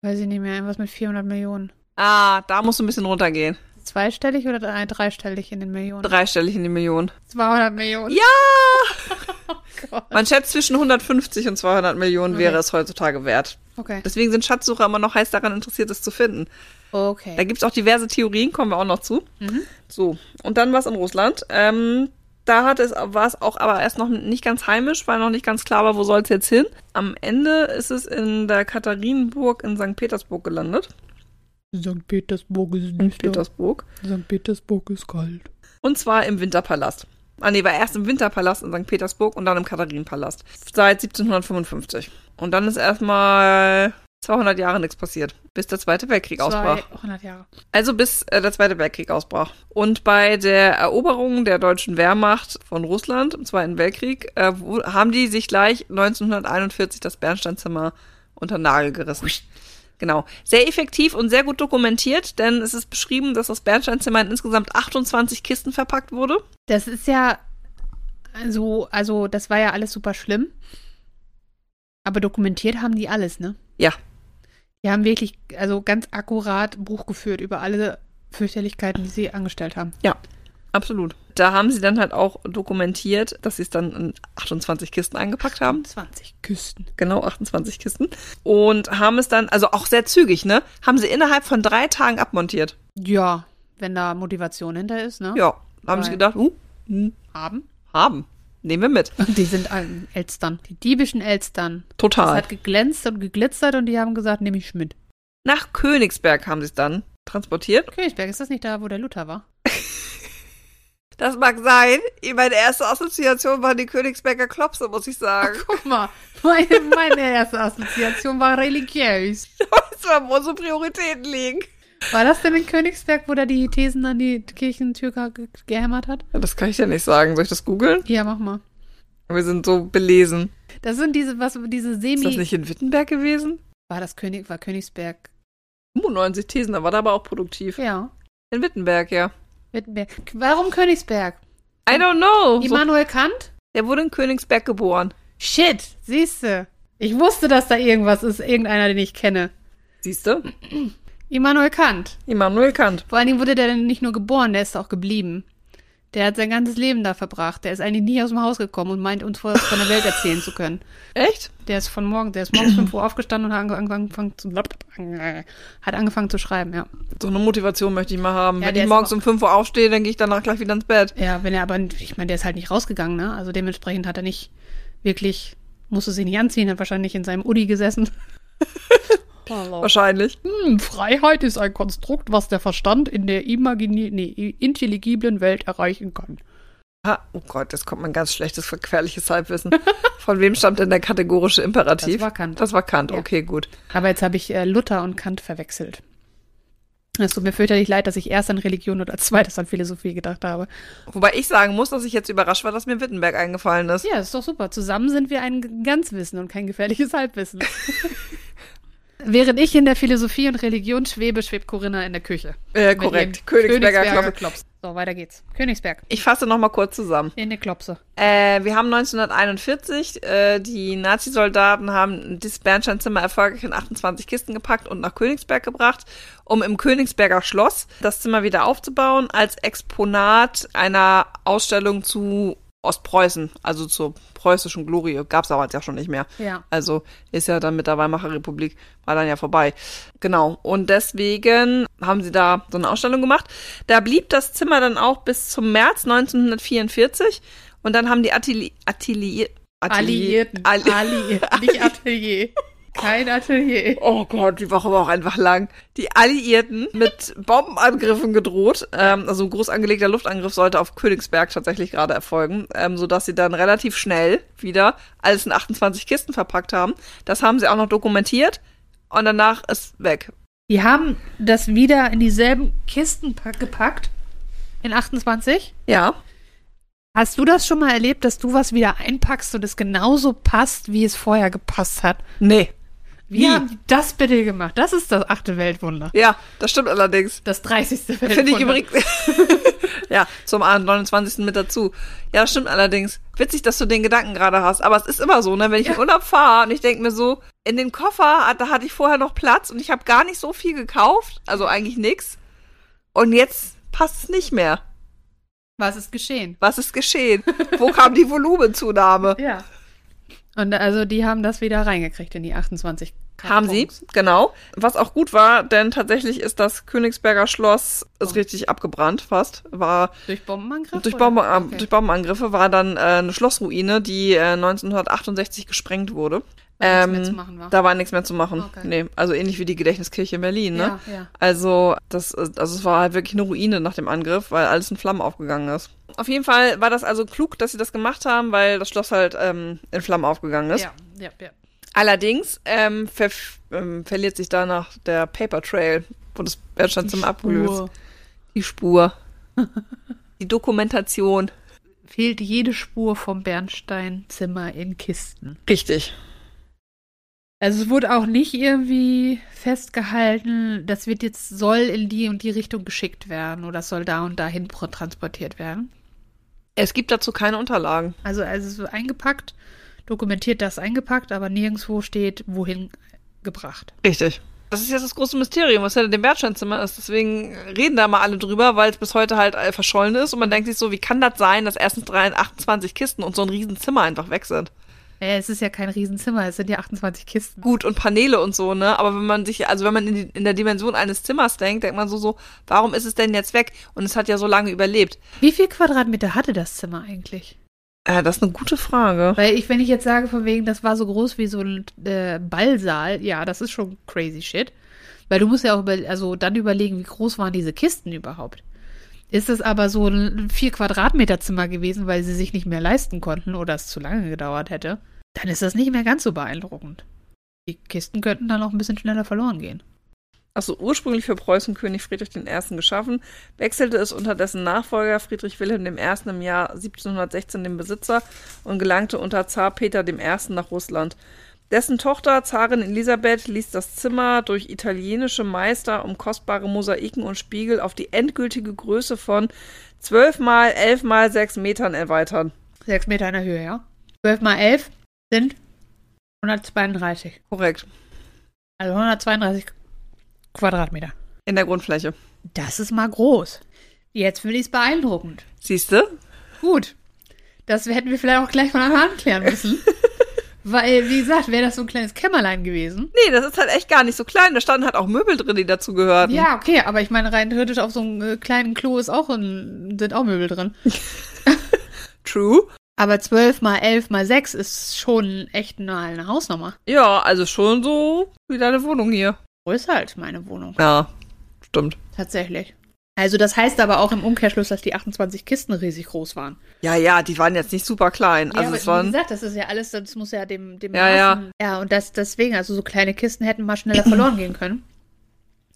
[SPEAKER 2] Weiß ich nicht mehr, irgendwas mit 400 Millionen.
[SPEAKER 1] Ah, da musst du ein bisschen runtergehen.
[SPEAKER 2] Zweistellig oder drei- dreistellig in den Millionen?
[SPEAKER 1] Dreistellig in die Millionen.
[SPEAKER 2] 200 Millionen.
[SPEAKER 1] Ja!
[SPEAKER 2] Gott.
[SPEAKER 1] Man schätzt zwischen 150 und 200 Millionen wäre
[SPEAKER 2] Okay.
[SPEAKER 1] es heutzutage wert.
[SPEAKER 2] Okay.
[SPEAKER 1] Deswegen sind Schatzsucher immer noch heiß daran interessiert, es zu finden. Da
[SPEAKER 2] Okay.
[SPEAKER 1] gibt's auch diverse Theorien, kommen wir auch noch zu.
[SPEAKER 2] Mhm.
[SPEAKER 1] So, und dann war's in Russland. Ähm, da hat es, war es auch aber erst noch nicht ganz heimisch, weil noch nicht ganz klar war, wo soll's jetzt hin. Am Ende ist es in der Katharinenburg in St. Petersburg gelandet.
[SPEAKER 2] St. Petersburg ist
[SPEAKER 1] In Petersburg.
[SPEAKER 2] St. Petersburg ist kalt.
[SPEAKER 1] Und zwar im Winterpalast. Ah nee, war erst im Winterpalast in St. Petersburg und dann im Katharinenpalast. Seit 1755. Und dann ist erstmal 200 Jahre nichts passiert, bis der Zweite Weltkrieg ausbrach.
[SPEAKER 2] 200 Jahre.
[SPEAKER 1] Also bis äh, der Zweite Weltkrieg ausbrach. Und bei der Eroberung der deutschen Wehrmacht von Russland im Zweiten Weltkrieg äh, wo- haben die sich gleich 1941 das Bernsteinzimmer unter den Nagel gerissen. Genau. Sehr effektiv und sehr gut dokumentiert, denn es ist beschrieben, dass das Bernsteinzimmer in insgesamt 28 Kisten verpackt wurde.
[SPEAKER 2] Das ist ja so, also das war ja alles super schlimm. Aber dokumentiert haben die alles, ne?
[SPEAKER 1] Ja.
[SPEAKER 2] Die haben wirklich, also ganz akkurat Buch geführt über alle Fürchterlichkeiten, die sie angestellt haben.
[SPEAKER 1] Absolut. Da haben sie dann halt auch dokumentiert, dass sie es dann in 28 Kisten eingepackt haben.
[SPEAKER 2] 20 Küsten.
[SPEAKER 1] Genau, 28 Kisten. Und haben es dann, also auch sehr zügig, ne? Haben sie innerhalb von drei Tagen abmontiert.
[SPEAKER 2] Ja, wenn da Motivation hinter ist, ne?
[SPEAKER 1] Ja. Da haben sie
[SPEAKER 2] Geil.
[SPEAKER 1] gedacht, uh, hm,
[SPEAKER 2] Haben.
[SPEAKER 1] haben. Nehmen wir mit.
[SPEAKER 2] Und die sind allen Elstern. Die diebischen Elstern. Es
[SPEAKER 1] Total.
[SPEAKER 2] hat geglänzt und geglitzert und die haben gesagt, nehme ich mit.
[SPEAKER 1] Nach Königsberg haben sie es dann transportiert.
[SPEAKER 2] Königsberg, ist das nicht da, wo der Luther war?
[SPEAKER 1] Das mag sein. Meine erste Assoziation waren die Königsberger Klopse, muss ich sagen.
[SPEAKER 2] Guck mal, meine, meine erste Assoziation war religiös.
[SPEAKER 1] Das war, wo unsere Prioritäten liegen.
[SPEAKER 2] War das denn in Königsberg, wo der die Thesen an die Kirchentür ge gehämmert hat?
[SPEAKER 1] Das kann ich ja nicht sagen. Soll ich das googeln?
[SPEAKER 2] Ja, mach mal.
[SPEAKER 1] Wir sind so belesen.
[SPEAKER 2] Das sind diese, was, diese
[SPEAKER 1] Ist
[SPEAKER 2] Semi.
[SPEAKER 1] das nicht in Wittenberg gewesen?
[SPEAKER 2] War das König, war Königsberg?
[SPEAKER 1] 95 Thesen, da war da aber auch produktiv.
[SPEAKER 2] Ja.
[SPEAKER 1] In Wittenberg, ja.
[SPEAKER 2] Wittenberg. Warum Königsberg?
[SPEAKER 1] I don't know. So,
[SPEAKER 2] Immanuel Kant?
[SPEAKER 1] der wurde in Königsberg geboren.
[SPEAKER 2] Shit, siehste. Ich wusste, dass da irgendwas ist, irgendeiner, den ich kenne.
[SPEAKER 1] Siehst du?
[SPEAKER 2] Immanuel Kant.
[SPEAKER 1] Immanuel Kant.
[SPEAKER 2] Vor allen Dingen wurde der denn nicht nur geboren, der ist auch geblieben. Der hat sein ganzes Leben da verbracht. Der ist eigentlich nie aus dem Haus gekommen und meint, uns vorher von der Welt erzählen zu können.
[SPEAKER 1] Echt?
[SPEAKER 2] Der ist von morgen, der ist morgens 5 Uhr aufgestanden und hat ange- angefangen zu, hat angefangen zu schreiben, ja.
[SPEAKER 1] So eine Motivation möchte ich mal haben.
[SPEAKER 2] Ja,
[SPEAKER 1] Wenn
[SPEAKER 2] der
[SPEAKER 1] ich
[SPEAKER 2] ist
[SPEAKER 1] morgens
[SPEAKER 2] auch-
[SPEAKER 1] um 5 Uhr aufstehe, dann gehe ich danach gleich wieder ins Bett.
[SPEAKER 2] Ja, wenn er aber, ich meine, der ist halt nicht rausgegangen, ne? Also dementsprechend hat er nicht wirklich, musste sich nicht anziehen, hat wahrscheinlich in seinem Udi gesessen. Hallo.
[SPEAKER 1] Wahrscheinlich.
[SPEAKER 2] Hm, [laughs] Freiheit ist ein Konstrukt, was der Verstand in der imagini nee, intelligiblen Welt erreichen kann.
[SPEAKER 1] Ha, oh Gott, jetzt kommt mein ganz schlechtes, verquerliches
[SPEAKER 2] [laughs]
[SPEAKER 1] Halbwissen. Von wem stammt denn der kategorische Imperativ?
[SPEAKER 2] Das war Kant.
[SPEAKER 1] Das war Kant,
[SPEAKER 2] Ja.
[SPEAKER 1] okay, gut.
[SPEAKER 2] Aber jetzt habe ich äh, Luther und Kant verwechselt. Es tut mir fürchterlich leid, dass ich erst an Religion und als zweites an Philosophie gedacht habe.
[SPEAKER 1] Wobei ich sagen muss, dass ich jetzt überrascht war, dass mir Wittenberg eingefallen ist.
[SPEAKER 2] Ja, ist doch super. Zusammen sind wir ein G- Ganzwissen und kein gefährliches [laughs] Halbwissen. Während ich in der Philosophie und Religion schwebe, schwebt Corinna in der Küche.
[SPEAKER 1] Äh,
[SPEAKER 2] Mit
[SPEAKER 1] korrekt.
[SPEAKER 2] ihrem
[SPEAKER 1] Königsberger, Königsberger.
[SPEAKER 2] Klops. So, weiter geht's. Königsberg.
[SPEAKER 1] Ich fasse nochmal kurz zusammen.
[SPEAKER 2] In der Klopse.
[SPEAKER 1] Äh, wir haben 1941, äh, die Nazi-Soldaten haben das Bernsteinzimmer erfolgreich in 28 Kisten gepackt und nach Königsberg gebracht, um im Königsberger Schloss das Zimmer wieder aufzubauen als Exponat einer Ausstellung zu Ostpreußen, also zur preußischen Glorie, gab es damals ja schon nicht mehr.
[SPEAKER 2] Ja.
[SPEAKER 1] Also ist ja dann mit der Weimarer Republik, war dann ja vorbei. Genau. Und deswegen haben sie da so eine Ausstellung gemacht. Da blieb das Zimmer dann auch bis zum März 1944. Und dann haben die Atelier, Atelier, Atelier
[SPEAKER 2] Alliierten.
[SPEAKER 1] Alli- [laughs]
[SPEAKER 2] Alliierten. Nicht Atelier. Kein Atelier.
[SPEAKER 1] Oh Gott, die Woche war auch einfach lang. Die Alliierten mit Bombenangriffen gedroht. Ähm, also ein groß angelegter Luftangriff sollte auf Königsberg tatsächlich gerade erfolgen, ähm, sodass sie dann relativ schnell wieder alles in 28 Kisten verpackt haben. Das haben sie auch noch dokumentiert und danach ist weg.
[SPEAKER 2] Die haben das wieder in dieselben Kisten pa- gepackt. In 28.
[SPEAKER 1] Ja.
[SPEAKER 2] Hast du das schon mal erlebt, dass du was wieder einpackst und es genauso passt, wie es vorher gepasst hat?
[SPEAKER 1] Nee.
[SPEAKER 2] Wie
[SPEAKER 1] Nie.
[SPEAKER 2] haben die das bitte gemacht? Das ist das achte Weltwunder.
[SPEAKER 1] Ja, das stimmt allerdings.
[SPEAKER 2] Das 30. [laughs] Weltwunder.
[SPEAKER 1] Finde ich übrigens. [laughs] ja, zum 29. mit dazu. Ja, stimmt allerdings. Witzig, dass du den Gedanken gerade hast. Aber es ist immer so, ne? Wenn ich in Urlaub fahre und ich denke mir so, in den Koffer, ah, da hatte ich vorher noch Platz und ich habe gar nicht so viel gekauft. Also eigentlich nichts. Und jetzt passt es nicht mehr.
[SPEAKER 2] Was ist geschehen?
[SPEAKER 1] Was ist geschehen? Wo kam die
[SPEAKER 2] [laughs]
[SPEAKER 1] Volumenzunahme?
[SPEAKER 2] Ja. Und also die haben das wieder reingekriegt in die 28.
[SPEAKER 1] Haben sie,
[SPEAKER 2] Kartons.
[SPEAKER 1] genau. Was auch gut war, denn tatsächlich ist das Königsberger Schloss ist richtig abgebrannt fast. War
[SPEAKER 2] Durch Bombenangriff?
[SPEAKER 1] Durch,
[SPEAKER 2] oder?
[SPEAKER 1] Bomben, äh,
[SPEAKER 2] Okay.
[SPEAKER 1] durch Bombenangriffe war dann äh, eine Schlossruine, die äh, 1968 gesprengt wurde.
[SPEAKER 2] Weil nichts
[SPEAKER 1] ähm,
[SPEAKER 2] mehr zu machen war.
[SPEAKER 1] Da war nichts mehr zu machen.
[SPEAKER 2] Okay.
[SPEAKER 1] Nee, also ähnlich wie die Gedächtniskirche in Berlin, ne?
[SPEAKER 2] Ja, ja.
[SPEAKER 1] Also, das, ist- also es war halt wirklich eine Ruine nach dem Angriff, weil alles in Flammen aufgegangen ist. Auf jeden Fall war das also klug, dass sie das gemacht haben, weil das Schloss halt ähm, in Flammen aufgegangen ist.
[SPEAKER 2] Ja, ja, ja.
[SPEAKER 1] Allerdings ähm, verf- ähm, verliert sich danach der Paper Trail, wo das Bernsteinzimmer abgelöst.
[SPEAKER 2] Spur.
[SPEAKER 1] Die Spur. [laughs] die Dokumentation.
[SPEAKER 2] Fehlt jede Spur vom Bernsteinzimmer in Kisten.
[SPEAKER 1] Richtig.
[SPEAKER 2] Also es wurde auch nicht irgendwie festgehalten, das wird jetzt soll in die und die Richtung geschickt werden oder es soll da und dahin pro- transportiert werden.
[SPEAKER 1] Es gibt dazu keine Unterlagen.
[SPEAKER 2] Also also es ist eingepackt, dokumentiert das eingepackt, aber nirgendwo steht wohin gebracht.
[SPEAKER 1] Richtig. Das ist jetzt das große Mysterium, was hinter dem Bernsteinzimmer ist. Deswegen reden da mal alle drüber, weil es bis heute halt äh, verschollen ist. Und man denkt sich so, wie kann das sein, dass erstens 3 28 Kisten und so ein Riesenzimmer einfach weg sind?
[SPEAKER 2] Naja, Äh, es ist ja kein Riesenzimmer, es sind ja 28 Kisten.
[SPEAKER 1] Gut, und Paneele und so, ne? Aber wenn man sich, also wenn man in, die, in der Dimension eines Zimmers denkt, denkt man so, so, warum ist es denn jetzt weg? Und es hat ja so lange überlebt.
[SPEAKER 2] Wie viel Quadratmeter hatte das Zimmer eigentlich?
[SPEAKER 1] Äh, das ist eine gute Frage.
[SPEAKER 2] Weil ich, wenn ich jetzt sage, von wegen, das war so groß wie so ein äh, Ballsaal, ja, das ist schon crazy shit. Weil du musst ja auch über, also dann überlegen, wie groß waren diese Kisten überhaupt. Ist es aber so ein vier Quadratmeter Zimmer gewesen, weil sie sich nicht mehr leisten konnten oder es zu lange gedauert hätte, dann ist das nicht mehr ganz so beeindruckend. Die Kisten könnten dann auch ein bisschen schneller verloren gehen.
[SPEAKER 1] Also ursprünglich für Preußen König Friedrich I. geschaffen, wechselte es unter dessen Nachfolger Friedrich Wilhelm I. im Jahr 1716 den Besitzer und gelangte unter Zar Peter I. nach Russland. Dessen Tochter Zarin Elisabeth ließ das Zimmer durch italienische Meister um kostbare Mosaiken und Spiegel auf die endgültige Größe von 12 mal 11 mal 6 Metern erweitern.
[SPEAKER 2] Sechs Meter in der Höhe, ja. Zwölf mal elf sind 132.
[SPEAKER 1] Korrekt.
[SPEAKER 2] Also 132 Quadratmeter.
[SPEAKER 1] In der Grundfläche.
[SPEAKER 2] Das ist mal groß. Jetzt finde ich es beeindruckend.
[SPEAKER 1] Siehste?
[SPEAKER 2] Gut. Das hätten wir vielleicht auch gleich von Anfang an klären [laughs] müssen. Weil, wie gesagt, wäre das so ein kleines Kämmerlein gewesen.
[SPEAKER 1] Nee, das ist halt echt gar nicht so klein. Da standen halt auch Möbel drin, die dazu gehörten.
[SPEAKER 2] Ja, okay, aber ich meine, rein theoretisch auf so einem äh, kleinen Klo ist auch ein, sind auch Möbel drin.
[SPEAKER 1] True.
[SPEAKER 2] Aber 12 mal 11 mal 6 ist schon echt mal eine Hausnummer.
[SPEAKER 1] Ja, also schon so wie deine Wohnung hier.
[SPEAKER 2] Größer als meine Wohnung,
[SPEAKER 1] Ja, stimmt.
[SPEAKER 2] tatsächlich. Also, das heißt aber auch im Umkehrschluss, dass die 28 Kisten riesig groß waren.
[SPEAKER 1] Ja, ja, die waren jetzt nicht super klein.
[SPEAKER 2] Ja,
[SPEAKER 1] also
[SPEAKER 2] aber
[SPEAKER 1] es
[SPEAKER 2] wie
[SPEAKER 1] waren.
[SPEAKER 2] gesagt, das ist ja alles, das muss ja dem, dem
[SPEAKER 1] Ja, ja.
[SPEAKER 2] Maßen- ja, und das deswegen, also so kleine Kisten hätten mal schneller verloren gehen können.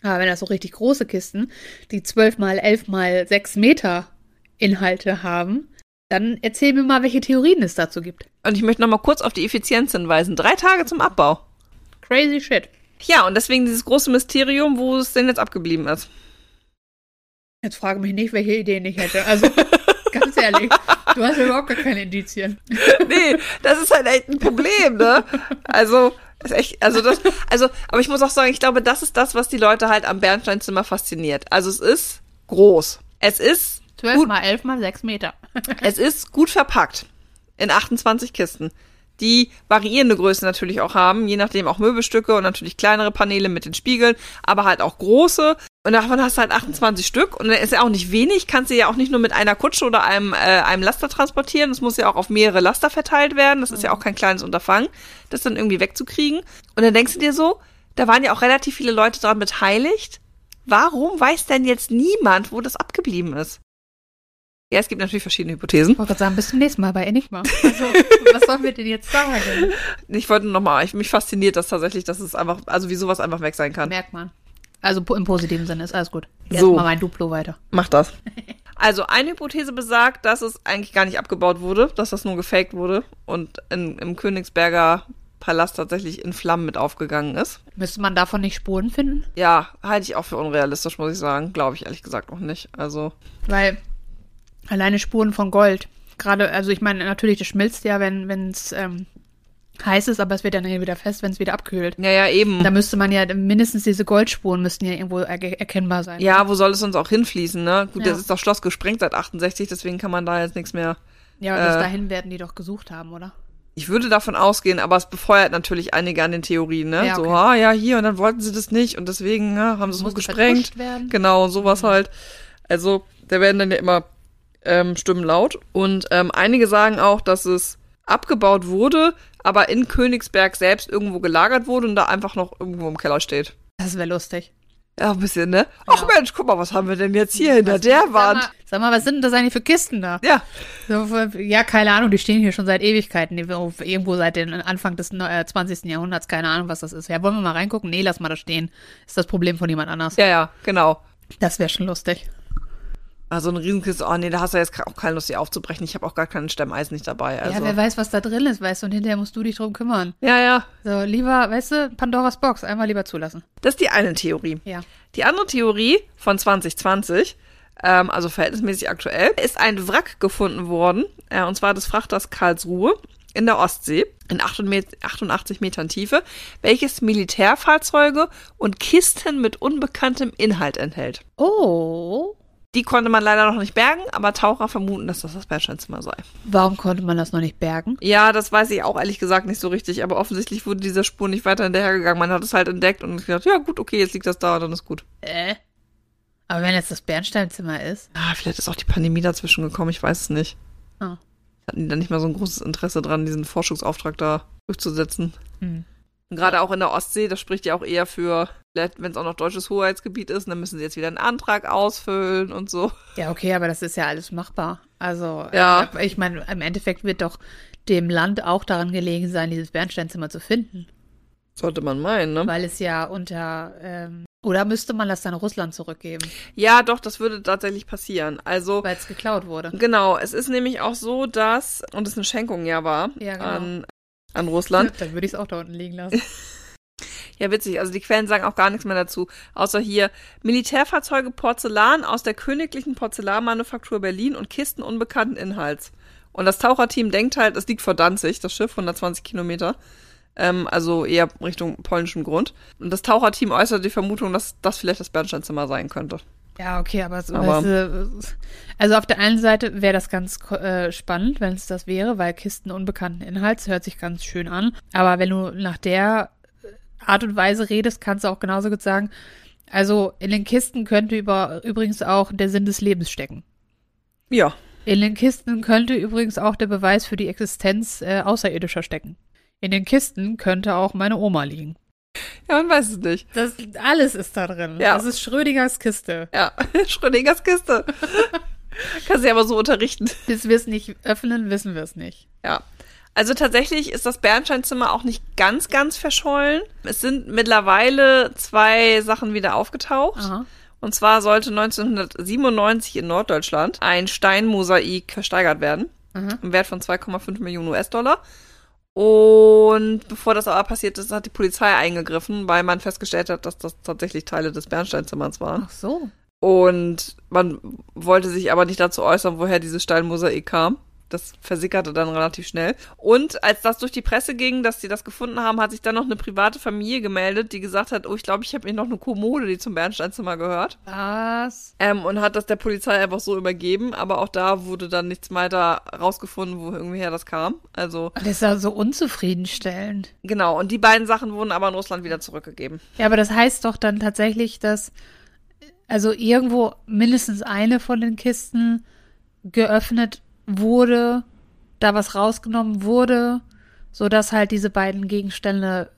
[SPEAKER 2] Aber wenn das so richtig große Kisten, die 12 mal 11 mal 6 Meter Inhalte haben, dann erzähl mir mal, welche Theorien es dazu gibt.
[SPEAKER 1] Und ich möchte nochmal kurz auf die Effizienz hinweisen. Drei Tage zum Abbau.
[SPEAKER 2] Crazy shit.
[SPEAKER 1] Ja, und deswegen dieses große Mysterium, wo es denn jetzt abgeblieben ist.
[SPEAKER 2] Jetzt frage mich nicht, welche Ideen ich hätte.
[SPEAKER 1] [laughs]
[SPEAKER 2] Also, ganz ehrlich, du hast überhaupt gar keine Indizien.
[SPEAKER 1] [laughs] nee, das ist halt echt ein Problem, ne? Also, ist echt, also das, also, aber ich muss auch sagen, ich glaube, das ist das, was die Leute halt am Bernsteinzimmer fasziniert. Also es ist groß. Es ist
[SPEAKER 2] 12
[SPEAKER 1] Gut.
[SPEAKER 2] mal 11 mal 6 Meter.
[SPEAKER 1] Es ist gut verpackt in 28 Kisten, die variierende Größen natürlich auch haben, je nachdem auch Möbelstücke und natürlich kleinere Paneele mit den Spiegeln, aber halt auch große. Und davon hast du halt 28 Stück und dann ist ja auch nicht wenig, kannst du ja auch nicht nur mit einer Kutsche oder einem, äh, einem Laster transportieren, das muss ja auch auf mehrere Laster verteilt werden, das ist ja auch kein kleines Unterfangen, das dann irgendwie wegzukriegen. Und dann denkst du dir so, da waren ja auch relativ viele Leute daran beteiligt, warum weiß denn jetzt niemand, wo das abgeblieben ist? Ja, es gibt natürlich verschiedene Hypothesen.
[SPEAKER 2] Ich wollte gerade sagen, bis zum nächsten Mal bei Enigma.
[SPEAKER 1] [laughs]
[SPEAKER 2] Also, was sollen wir denn jetzt sagen?
[SPEAKER 1] Ich wollte nochmal, ich, mich fasziniert das tatsächlich, dass es einfach, also wie sowas einfach weg sein kann.
[SPEAKER 2] Merkt man. Also po- im positiven Sinne ist alles gut. Jetzt
[SPEAKER 1] So.
[SPEAKER 2] mal mein Duplo weiter.
[SPEAKER 1] Mach das. Also eine Hypothese besagt, dass es eigentlich gar nicht abgebaut wurde, dass das nur gefaked wurde und in, im Königsberger Palast tatsächlich in Flammen mit aufgegangen ist.
[SPEAKER 2] Müsste man davon nicht Spuren finden?
[SPEAKER 1] Ja, halte ich auch für unrealistisch, muss ich sagen. Glaube ich ehrlich gesagt auch nicht. Also,
[SPEAKER 2] Weil alleine Spuren von Gold, gerade, also ich meine, natürlich, das schmilzt ja, wenn es ähm, heiß ist, aber es wird dann ja wieder fest, wenn es wieder abkühlt.
[SPEAKER 1] ja, ja, eben.
[SPEAKER 2] Da müsste man ja mindestens diese Goldspuren müssten ja irgendwo er erkennbar sein.
[SPEAKER 1] Ja, wo soll es uns auch hinfließen, ne? Gut,
[SPEAKER 2] Ja.
[SPEAKER 1] das ist das Schloss gesprengt seit 68, deswegen kann man da jetzt nichts mehr
[SPEAKER 2] ja aber bis
[SPEAKER 1] äh,
[SPEAKER 2] dahin werden die doch gesucht haben, oder?
[SPEAKER 1] Ich würde davon ausgehen, aber es befeuert natürlich einige an den Theorien, ne?
[SPEAKER 2] Ja, okay.
[SPEAKER 1] So, ah ja, hier und dann wollten sie das nicht und deswegen ja, haben sie es
[SPEAKER 2] Muss
[SPEAKER 1] hochgesprengt.
[SPEAKER 2] vertuscht werden. Mhm.
[SPEAKER 1] Genau, sowas halt. Also, da werden dann ja immer ähm, Stimmen laut. Und ähm, einige sagen auch, dass es abgebaut wurde, aber in Königsberg selbst irgendwo gelagert wurde und da einfach noch irgendwo im Keller steht.
[SPEAKER 2] Das wäre lustig.
[SPEAKER 1] Ja, ein bisschen, ne? Ach
[SPEAKER 2] Ja.
[SPEAKER 1] Mensch, guck mal, was haben wir denn jetzt hier hinter
[SPEAKER 2] Was-
[SPEAKER 1] der
[SPEAKER 2] sag
[SPEAKER 1] Wand?
[SPEAKER 2] Mal, sag mal, was sind denn das eigentlich für Kisten da?
[SPEAKER 1] Ja,
[SPEAKER 2] So, Ja, keine Ahnung, die stehen hier schon seit Ewigkeiten. Die- oh, Irgendwo seit dem Anfang des neu- äh, 20. Jahrhunderts, keine Ahnung, was das ist. Ja, wollen wir mal reingucken? Nee, lass mal das stehen. Ist das Problem von jemand anders.
[SPEAKER 1] ja, ja, genau.
[SPEAKER 2] Das wäre schon lustig.
[SPEAKER 1] Also eine Riesenkiste, oh nee, da hast du jetzt auch keine Lust, die aufzubrechen. Ich habe auch gar keinen Stemmeisen nicht dabei. Also.
[SPEAKER 2] Ja, wer weiß, was da drin ist, weißt du, und hinterher musst du dich drum kümmern.
[SPEAKER 1] Ja, ja.
[SPEAKER 2] So, lieber, weißt du, Pandoras Box, einmal lieber zulassen.
[SPEAKER 1] Das ist die eine Theorie.
[SPEAKER 2] Ja.
[SPEAKER 1] Die andere Theorie von 2020, ähm, also verhältnismäßig aktuell, ist ein Wrack gefunden worden, äh, und zwar des Frachters Karlsruhe in der Ostsee in 88 88 Metern Tiefe, welches Militärfahrzeuge und Kisten mit unbekanntem Inhalt enthält.
[SPEAKER 2] Oh.
[SPEAKER 1] Die konnte man leider noch nicht bergen, aber Taucher vermuten, dass das das Bernsteinzimmer sei.
[SPEAKER 2] Warum konnte man das noch nicht bergen?
[SPEAKER 1] Ja, das weiß ich auch ehrlich gesagt nicht so richtig, aber offensichtlich wurde dieser Spur nicht weiter hinterhergegangen. Man hat es halt entdeckt und gedacht, ja gut, okay, jetzt liegt das da, dann ist gut.
[SPEAKER 2] Äh. Aber wenn jetzt das Bernsteinzimmer ist.
[SPEAKER 1] Ah, vielleicht ist auch die Pandemie dazwischen gekommen, ich weiß es nicht.
[SPEAKER 2] Ah.
[SPEAKER 1] Hatten die da nicht mal so ein großes Interesse dran, diesen Forschungsauftrag da durchzusetzen?
[SPEAKER 2] Hm.
[SPEAKER 1] Und gerade auch in der Ostsee, das spricht ja auch eher für, vielleicht, wenn es auch noch deutsches Hoheitsgebiet ist, dann müssen sie jetzt wieder einen Antrag ausfüllen und so.
[SPEAKER 2] Ja, okay, aber das ist ja alles machbar. Also,
[SPEAKER 1] Ja.
[SPEAKER 2] äh, ich meine, im Endeffekt wird doch dem Land auch daran gelegen sein, dieses Bernsteinzimmer zu finden.
[SPEAKER 1] Sollte man meinen, ne?
[SPEAKER 2] Weil es ja unter. Ähm, oder müsste man das dann Russland zurückgeben,
[SPEAKER 1] Ja, doch, das würde tatsächlich passieren. Also,
[SPEAKER 2] weil es geklaut wurde?
[SPEAKER 1] genau, es ist nämlich auch so, dass, und es eine Schenkung ja war,
[SPEAKER 2] Ja, genau.
[SPEAKER 1] an, an Russland.
[SPEAKER 2] Dann würde ich es auch da unten liegen lassen.
[SPEAKER 1] Ja, witzig. Also die Quellen sagen auch gar nichts mehr dazu. Außer hier Militärfahrzeuge Porzellan aus der Königlichen Porzellanmanufaktur Berlin und Kisten unbekannten Inhalts. Und das Taucherteam denkt halt, es liegt vor Danzig, das Schiff, 120 Kilometer. Ähm, also eher Richtung polnischem Grund. Und das Taucherteam äußert die Vermutung, dass das vielleicht das Bernsteinzimmer sein könnte.
[SPEAKER 2] Ja, okay, aber, so,
[SPEAKER 1] Aber-
[SPEAKER 2] weißt du, also auf der einen Seite wäre das ganz ko- äh, spannend, wenn es das wäre, weil Kisten unbekannten Inhalts hört sich ganz schön an. Aber wenn du nach der äh, Art und Weise redest, kannst du auch genauso gut sagen, also in den Kisten könnte über, übrigens auch der Sinn des Lebens stecken.
[SPEAKER 1] Ja.
[SPEAKER 2] In den Kisten könnte übrigens auch der Beweis für die Existenz äh, Außerirdischer stecken. In den Kisten könnte auch meine Oma liegen.
[SPEAKER 1] Ja, man weiß es nicht.
[SPEAKER 2] Das alles ist da drin.
[SPEAKER 1] Ja.
[SPEAKER 2] Das ist Schrödingers Kiste.
[SPEAKER 1] Ja, [laughs] Schrödingers Kiste. [laughs] Kannst du ja aber so unterrichten.
[SPEAKER 2] Bis wir es nicht öffnen, wissen wir es nicht.
[SPEAKER 1] Ja. Also tatsächlich ist das Bernsteinzimmer auch nicht ganz, ganz verschollen. Es sind mittlerweile zwei Sachen wieder aufgetaucht.
[SPEAKER 2] Aha.
[SPEAKER 1] Und zwar sollte 1997 in Norddeutschland ein Steinmosaik versteigert werden.
[SPEAKER 2] Aha.
[SPEAKER 1] Im Wert von 2,5 Millionen US-Dollar. Und bevor das aber passiert ist, hat die Polizei eingegriffen, weil man festgestellt hat, dass das tatsächlich Teile des Bernsteinzimmers waren.
[SPEAKER 2] Ach so.
[SPEAKER 1] Und man wollte sich aber nicht dazu äußern, woher dieses Steinmosaik kam. das versickerte dann relativ schnell. Und als das durch die Presse ging, dass sie das gefunden haben, hat sich dann noch eine private Familie gemeldet, die gesagt hat, oh, ich glaube, ich habe mir noch eine Kommode, die zum Bernsteinzimmer gehört.
[SPEAKER 2] Was?
[SPEAKER 1] Ähm, und hat das der Polizei einfach so übergeben, aber auch da wurde dann nichts weiter rausgefunden, wo irgendwoher das kam. Also,
[SPEAKER 2] Das ist ja so unzufriedenstellend.
[SPEAKER 1] genau. Und die beiden Sachen wurden aber in Russland wieder zurückgegeben.
[SPEAKER 2] Ja, aber das heißt doch dann tatsächlich, dass also irgendwo mindestens eine von den Kisten geöffnet wurde, da was rausgenommen wurde, sodass halt diese beiden Gegenstände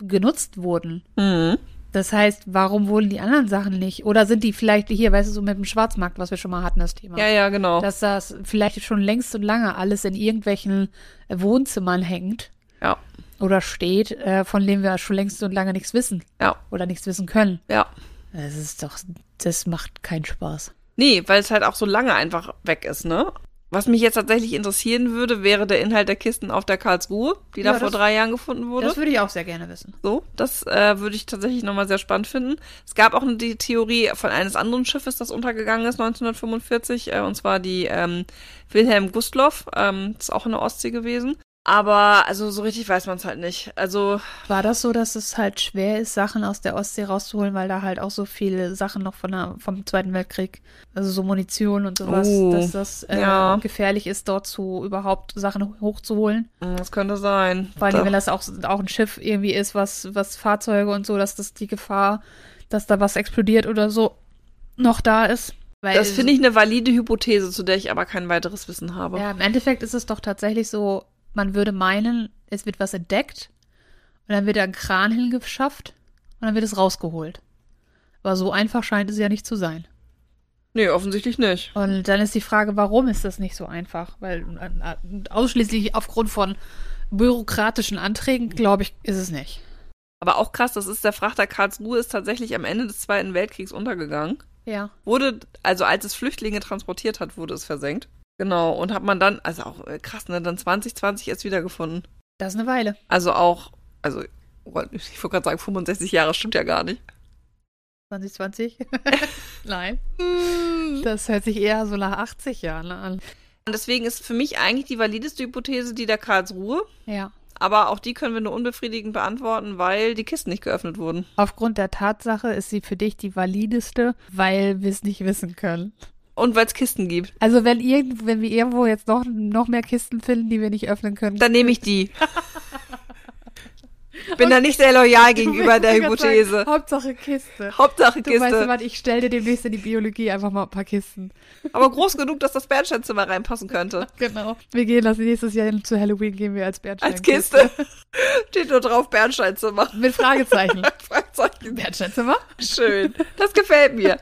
[SPEAKER 2] genutzt wurden.
[SPEAKER 1] Mhm.
[SPEAKER 2] Das heißt, warum wurden die anderen Sachen nicht? Oder sind die vielleicht hier, weißt du, so mit dem Schwarzmarkt, was wir schon mal hatten, das Thema?
[SPEAKER 1] Ja, ja, genau.
[SPEAKER 2] Dass das vielleicht schon längst und lange alles in irgendwelchen Wohnzimmern hängt
[SPEAKER 1] ja,
[SPEAKER 2] oder steht, äh, von dem wir schon längst und lange nichts wissen
[SPEAKER 1] ja,
[SPEAKER 2] oder nichts wissen können.
[SPEAKER 1] ja.
[SPEAKER 2] Das ist doch, das macht keinen Spaß.
[SPEAKER 1] Nee, weil es halt auch so lange einfach weg ist, ne? Was mich jetzt tatsächlich interessieren würde, wäre der Inhalt der Kisten auf der Karlsruhe, die
[SPEAKER 2] Ja,
[SPEAKER 1] da vor
[SPEAKER 2] das-
[SPEAKER 1] drei Jahren gefunden wurde.
[SPEAKER 2] Das würde ich auch sehr gerne wissen.
[SPEAKER 1] So, das äh, würde ich tatsächlich nochmal sehr spannend finden. Es gab auch die Theorie von eines anderen Schiffes, das untergegangen ist 1945, äh, und zwar die ähm, Wilhelm Gustloff, ähm, ist auch in der Ostsee gewesen. Aber also so richtig weiß man es halt nicht. Also
[SPEAKER 2] War das so, dass es halt schwer ist, Sachen aus der Ostsee rauszuholen, weil da halt auch so viele Sachen noch von der, vom Zweiten Weltkrieg, also so Munition und sowas,
[SPEAKER 1] Oh,
[SPEAKER 2] dass das äh,
[SPEAKER 1] ja.
[SPEAKER 2] gefährlich ist, dort zu überhaupt Sachen hochzuholen?
[SPEAKER 1] mh, hm, das könnte sein.
[SPEAKER 2] Vor allem,
[SPEAKER 1] Da-
[SPEAKER 2] wenn das auch, auch ein Schiff irgendwie ist, was, was Fahrzeuge und so, dass das die Gefahr, dass da was explodiert oder so, noch da ist. Weil
[SPEAKER 1] das finde ich eine valide Hypothese, zu der ich aber kein weiteres Wissen habe.
[SPEAKER 2] Ja, im Endeffekt ist es doch tatsächlich so, man würde meinen, es wird was entdeckt und dann wird da ein Kran hingeschafft und dann wird es rausgeholt. Aber so einfach scheint es ja nicht zu sein.
[SPEAKER 1] Nee, offensichtlich nicht.
[SPEAKER 2] Und dann ist die Frage, warum ist das nicht so einfach? Weil äh, ausschließlich aufgrund von bürokratischen Anträgen, glaube ich, ist es nicht.
[SPEAKER 1] Aber auch krass, das ist der Frachter Karlsruhe ist tatsächlich am Ende des Zweiten Weltkriegs untergegangen.
[SPEAKER 2] Ja.
[SPEAKER 1] wurde, also als es Flüchtlinge transportiert hat, wurde es versenkt. Genau, und hat man dann, also auch äh, krass, ne, dann 2020 erst wiedergefunden.
[SPEAKER 2] Das ist eine Weile.
[SPEAKER 1] Also auch, also oh, ich wollte gerade sagen, 65 Jahre stimmt ja gar nicht.
[SPEAKER 2] 2020? [laughs] Nein. Das hört sich eher so nach 80 Jahren an.
[SPEAKER 1] Und deswegen ist für mich eigentlich die valideste Hypothese die der Karlsruhe,
[SPEAKER 2] Ja.
[SPEAKER 1] aber auch die können wir nur unbefriedigend beantworten, weil die Kisten nicht geöffnet wurden.
[SPEAKER 2] Aufgrund der Tatsache ist sie für dich die valideste, weil wir es nicht wissen können.
[SPEAKER 1] Und weil es Kisten gibt.
[SPEAKER 2] Also wenn, irgend, wenn wir irgendwo jetzt noch, noch mehr Kisten finden, die wir nicht öffnen können. [laughs]
[SPEAKER 1] Dann nehme ich die. Bin da nicht sehr
[SPEAKER 2] [laughs]
[SPEAKER 1] loyal gegenüber der
[SPEAKER 2] Ich wollte gerade
[SPEAKER 1] Hypothese.
[SPEAKER 2] Sagen, Hauptsache Kiste.
[SPEAKER 1] Hauptsache
[SPEAKER 2] Du weißt
[SPEAKER 1] Kiste.
[SPEAKER 2] was, ich stelle dir demnächst in die Biologie einfach mal ein paar Kisten.
[SPEAKER 1] aber groß genug, dass das Bernsteinzimmer reinpassen könnte.
[SPEAKER 2] Genau. Wir gehen das nächstes Jahr hin, zu Halloween gehen wir als Bernstein.
[SPEAKER 1] Als Kiste. [laughs] Steht nur drauf, Bernsteinzimmer. [laughs]
[SPEAKER 2] Mit Fragezeichen.
[SPEAKER 1] Fragezeichen.
[SPEAKER 2] Bernsteinzimmer?
[SPEAKER 1] Schön. Das gefällt mir.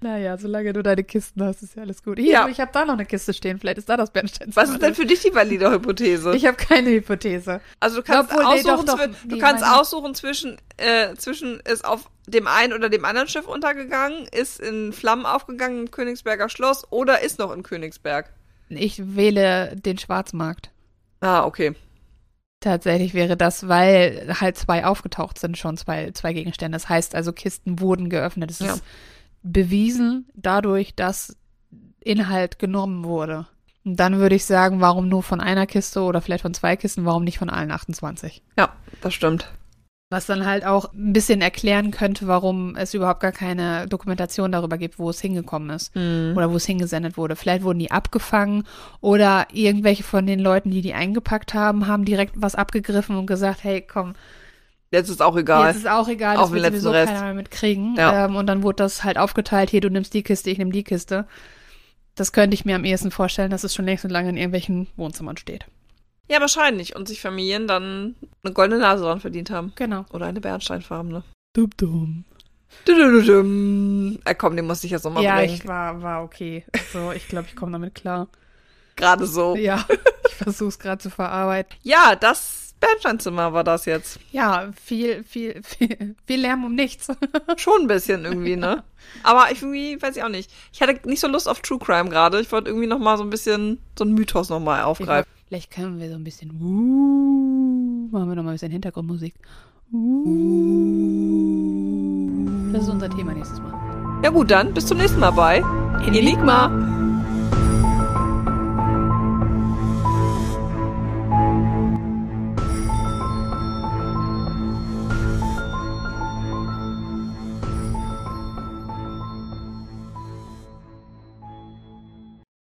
[SPEAKER 2] Naja, solange du deine Kisten hast, ist ja alles gut. Hier,
[SPEAKER 1] Ja.
[SPEAKER 2] ich habe da noch eine Kiste stehen. Vielleicht ist da das Bernsteinzimmer.
[SPEAKER 1] Was ist denn für dich die valide Hypothese?
[SPEAKER 2] Ich habe keine Hypothese.
[SPEAKER 1] Also du kannst
[SPEAKER 2] Obwohl, nee,
[SPEAKER 1] aussuchen,
[SPEAKER 2] doch, doch.
[SPEAKER 1] zwi- du
[SPEAKER 2] Nee,
[SPEAKER 1] kannst
[SPEAKER 2] meine-
[SPEAKER 1] aussuchen zwischen, äh, zwischen ist auf dem einen oder dem anderen Schiff untergegangen, ist in Flammen aufgegangen im Königsberger Schloss oder ist noch in Königsberg.
[SPEAKER 2] Ich wähle den Schwarzmarkt.
[SPEAKER 1] Ah, okay.
[SPEAKER 2] Tatsächlich wäre das, weil halt zwei aufgetaucht sind, schon zwei, zwei Gegenstände. Das heißt also, Kisten wurden geöffnet. Es
[SPEAKER 1] Ja.
[SPEAKER 2] ist bewiesen dadurch, dass Inhalt genommen wurde. Und dann würde ich sagen, warum nur von einer Kiste oder vielleicht von zwei Kisten, warum nicht von allen 28?
[SPEAKER 1] Ja, das stimmt.
[SPEAKER 2] Was dann halt auch ein bisschen erklären könnte, warum es überhaupt gar keine Dokumentation darüber gibt, wo es hingekommen ist
[SPEAKER 1] Hm. Mhm.
[SPEAKER 2] oder wo es hingesendet wurde. Vielleicht wurden die abgefangen oder irgendwelche von den Leuten, die die eingepackt haben, haben direkt was abgegriffen und gesagt, hey, komm,
[SPEAKER 1] Jetzt ist auch
[SPEAKER 2] jetzt
[SPEAKER 1] egal.
[SPEAKER 2] ist auch egal,
[SPEAKER 1] Auf
[SPEAKER 2] das
[SPEAKER 1] den
[SPEAKER 2] wird
[SPEAKER 1] letzten
[SPEAKER 2] sowieso
[SPEAKER 1] Rest.
[SPEAKER 2] keiner mehr mitkriegen.
[SPEAKER 1] Ja.
[SPEAKER 2] Ähm, und dann wurde das halt aufgeteilt, hier, du nimmst die Kiste, ich nehme die Kiste. Das könnte ich mir am ehesten vorstellen, dass es schon längst und lange in irgendwelchen Wohnzimmern steht.
[SPEAKER 1] Ja, wahrscheinlich. Und sich Familien dann eine goldene Nase dran verdient haben.
[SPEAKER 2] Genau.
[SPEAKER 1] Oder eine ne? bernsteinfarbene.
[SPEAKER 2] Dumm, dumm.
[SPEAKER 1] Dudududum. Ah, komm, den musste ich jetzt nochmal
[SPEAKER 2] Ja,
[SPEAKER 1] bringen.
[SPEAKER 2] ich war, war okay. Also, ich glaube, ich komme damit klar.
[SPEAKER 1] Gerade so.
[SPEAKER 2] Ja, [laughs] ich versuche es gerade zu verarbeiten.
[SPEAKER 1] Ja, das Bernsteinzimmer war das jetzt.
[SPEAKER 2] Ja, viel, viel, viel, viel Lärm um nichts. [laughs]
[SPEAKER 1] Schon ein bisschen irgendwie, ne? Aber ich irgendwie, weiß ich auch nicht. Ich hatte nicht so Lust auf True Crime gerade. Ich wollte irgendwie nochmal so ein bisschen, so einen Mythos nochmal aufgreifen.
[SPEAKER 2] Vielleicht können wir so ein bisschen. Uh, machen wir nochmal ein bisschen Hintergrundmusik. Uh. Das ist unser Thema nächstes Mal.
[SPEAKER 1] Ja gut, dann bis zum nächsten Mal bei Enigma.